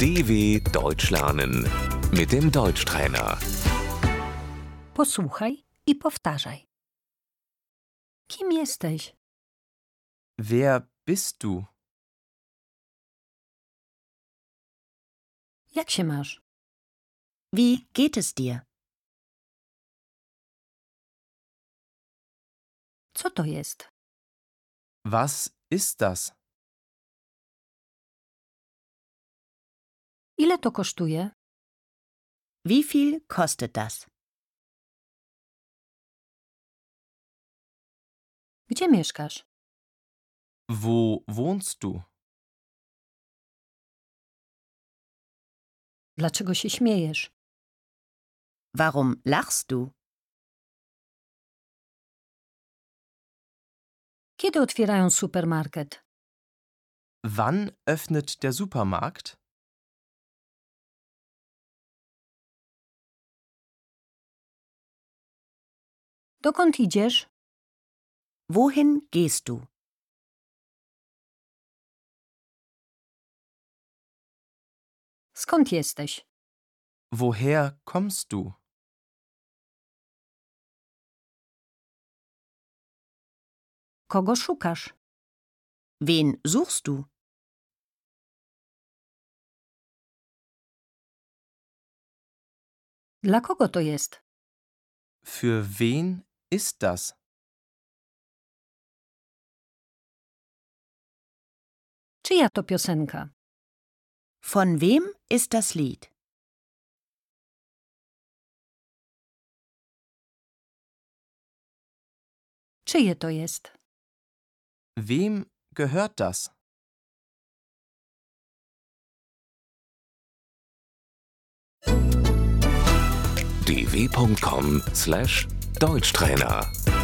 DW Deutsch lernen mit dem Deutschtrainer. Posłuchaj i powtarzaj. Kim jesteś? Wer bist du? Jak się masz? Wie geht es dir? Co to jest? Was ist das? Ile to kosztuje? Wie viel kostet das? Gdzie mieszkasz? Wo wohnst du? Dlaczego się śmiejesz? Warum lachst du? Kiedy otwierają supermarket? Wann öffnet der Supermarkt? Dokąd idziesz? Wohin gehst du? Skąd jesteś? Woher kommst du? Kogo szukasz? Wen suchst du? Dla kogo to jest? Für wen ist das? Czyja to piosenka? Von wem ist das Lied? Czyje to jest? Wem gehört das? dw.com/deutschtrainer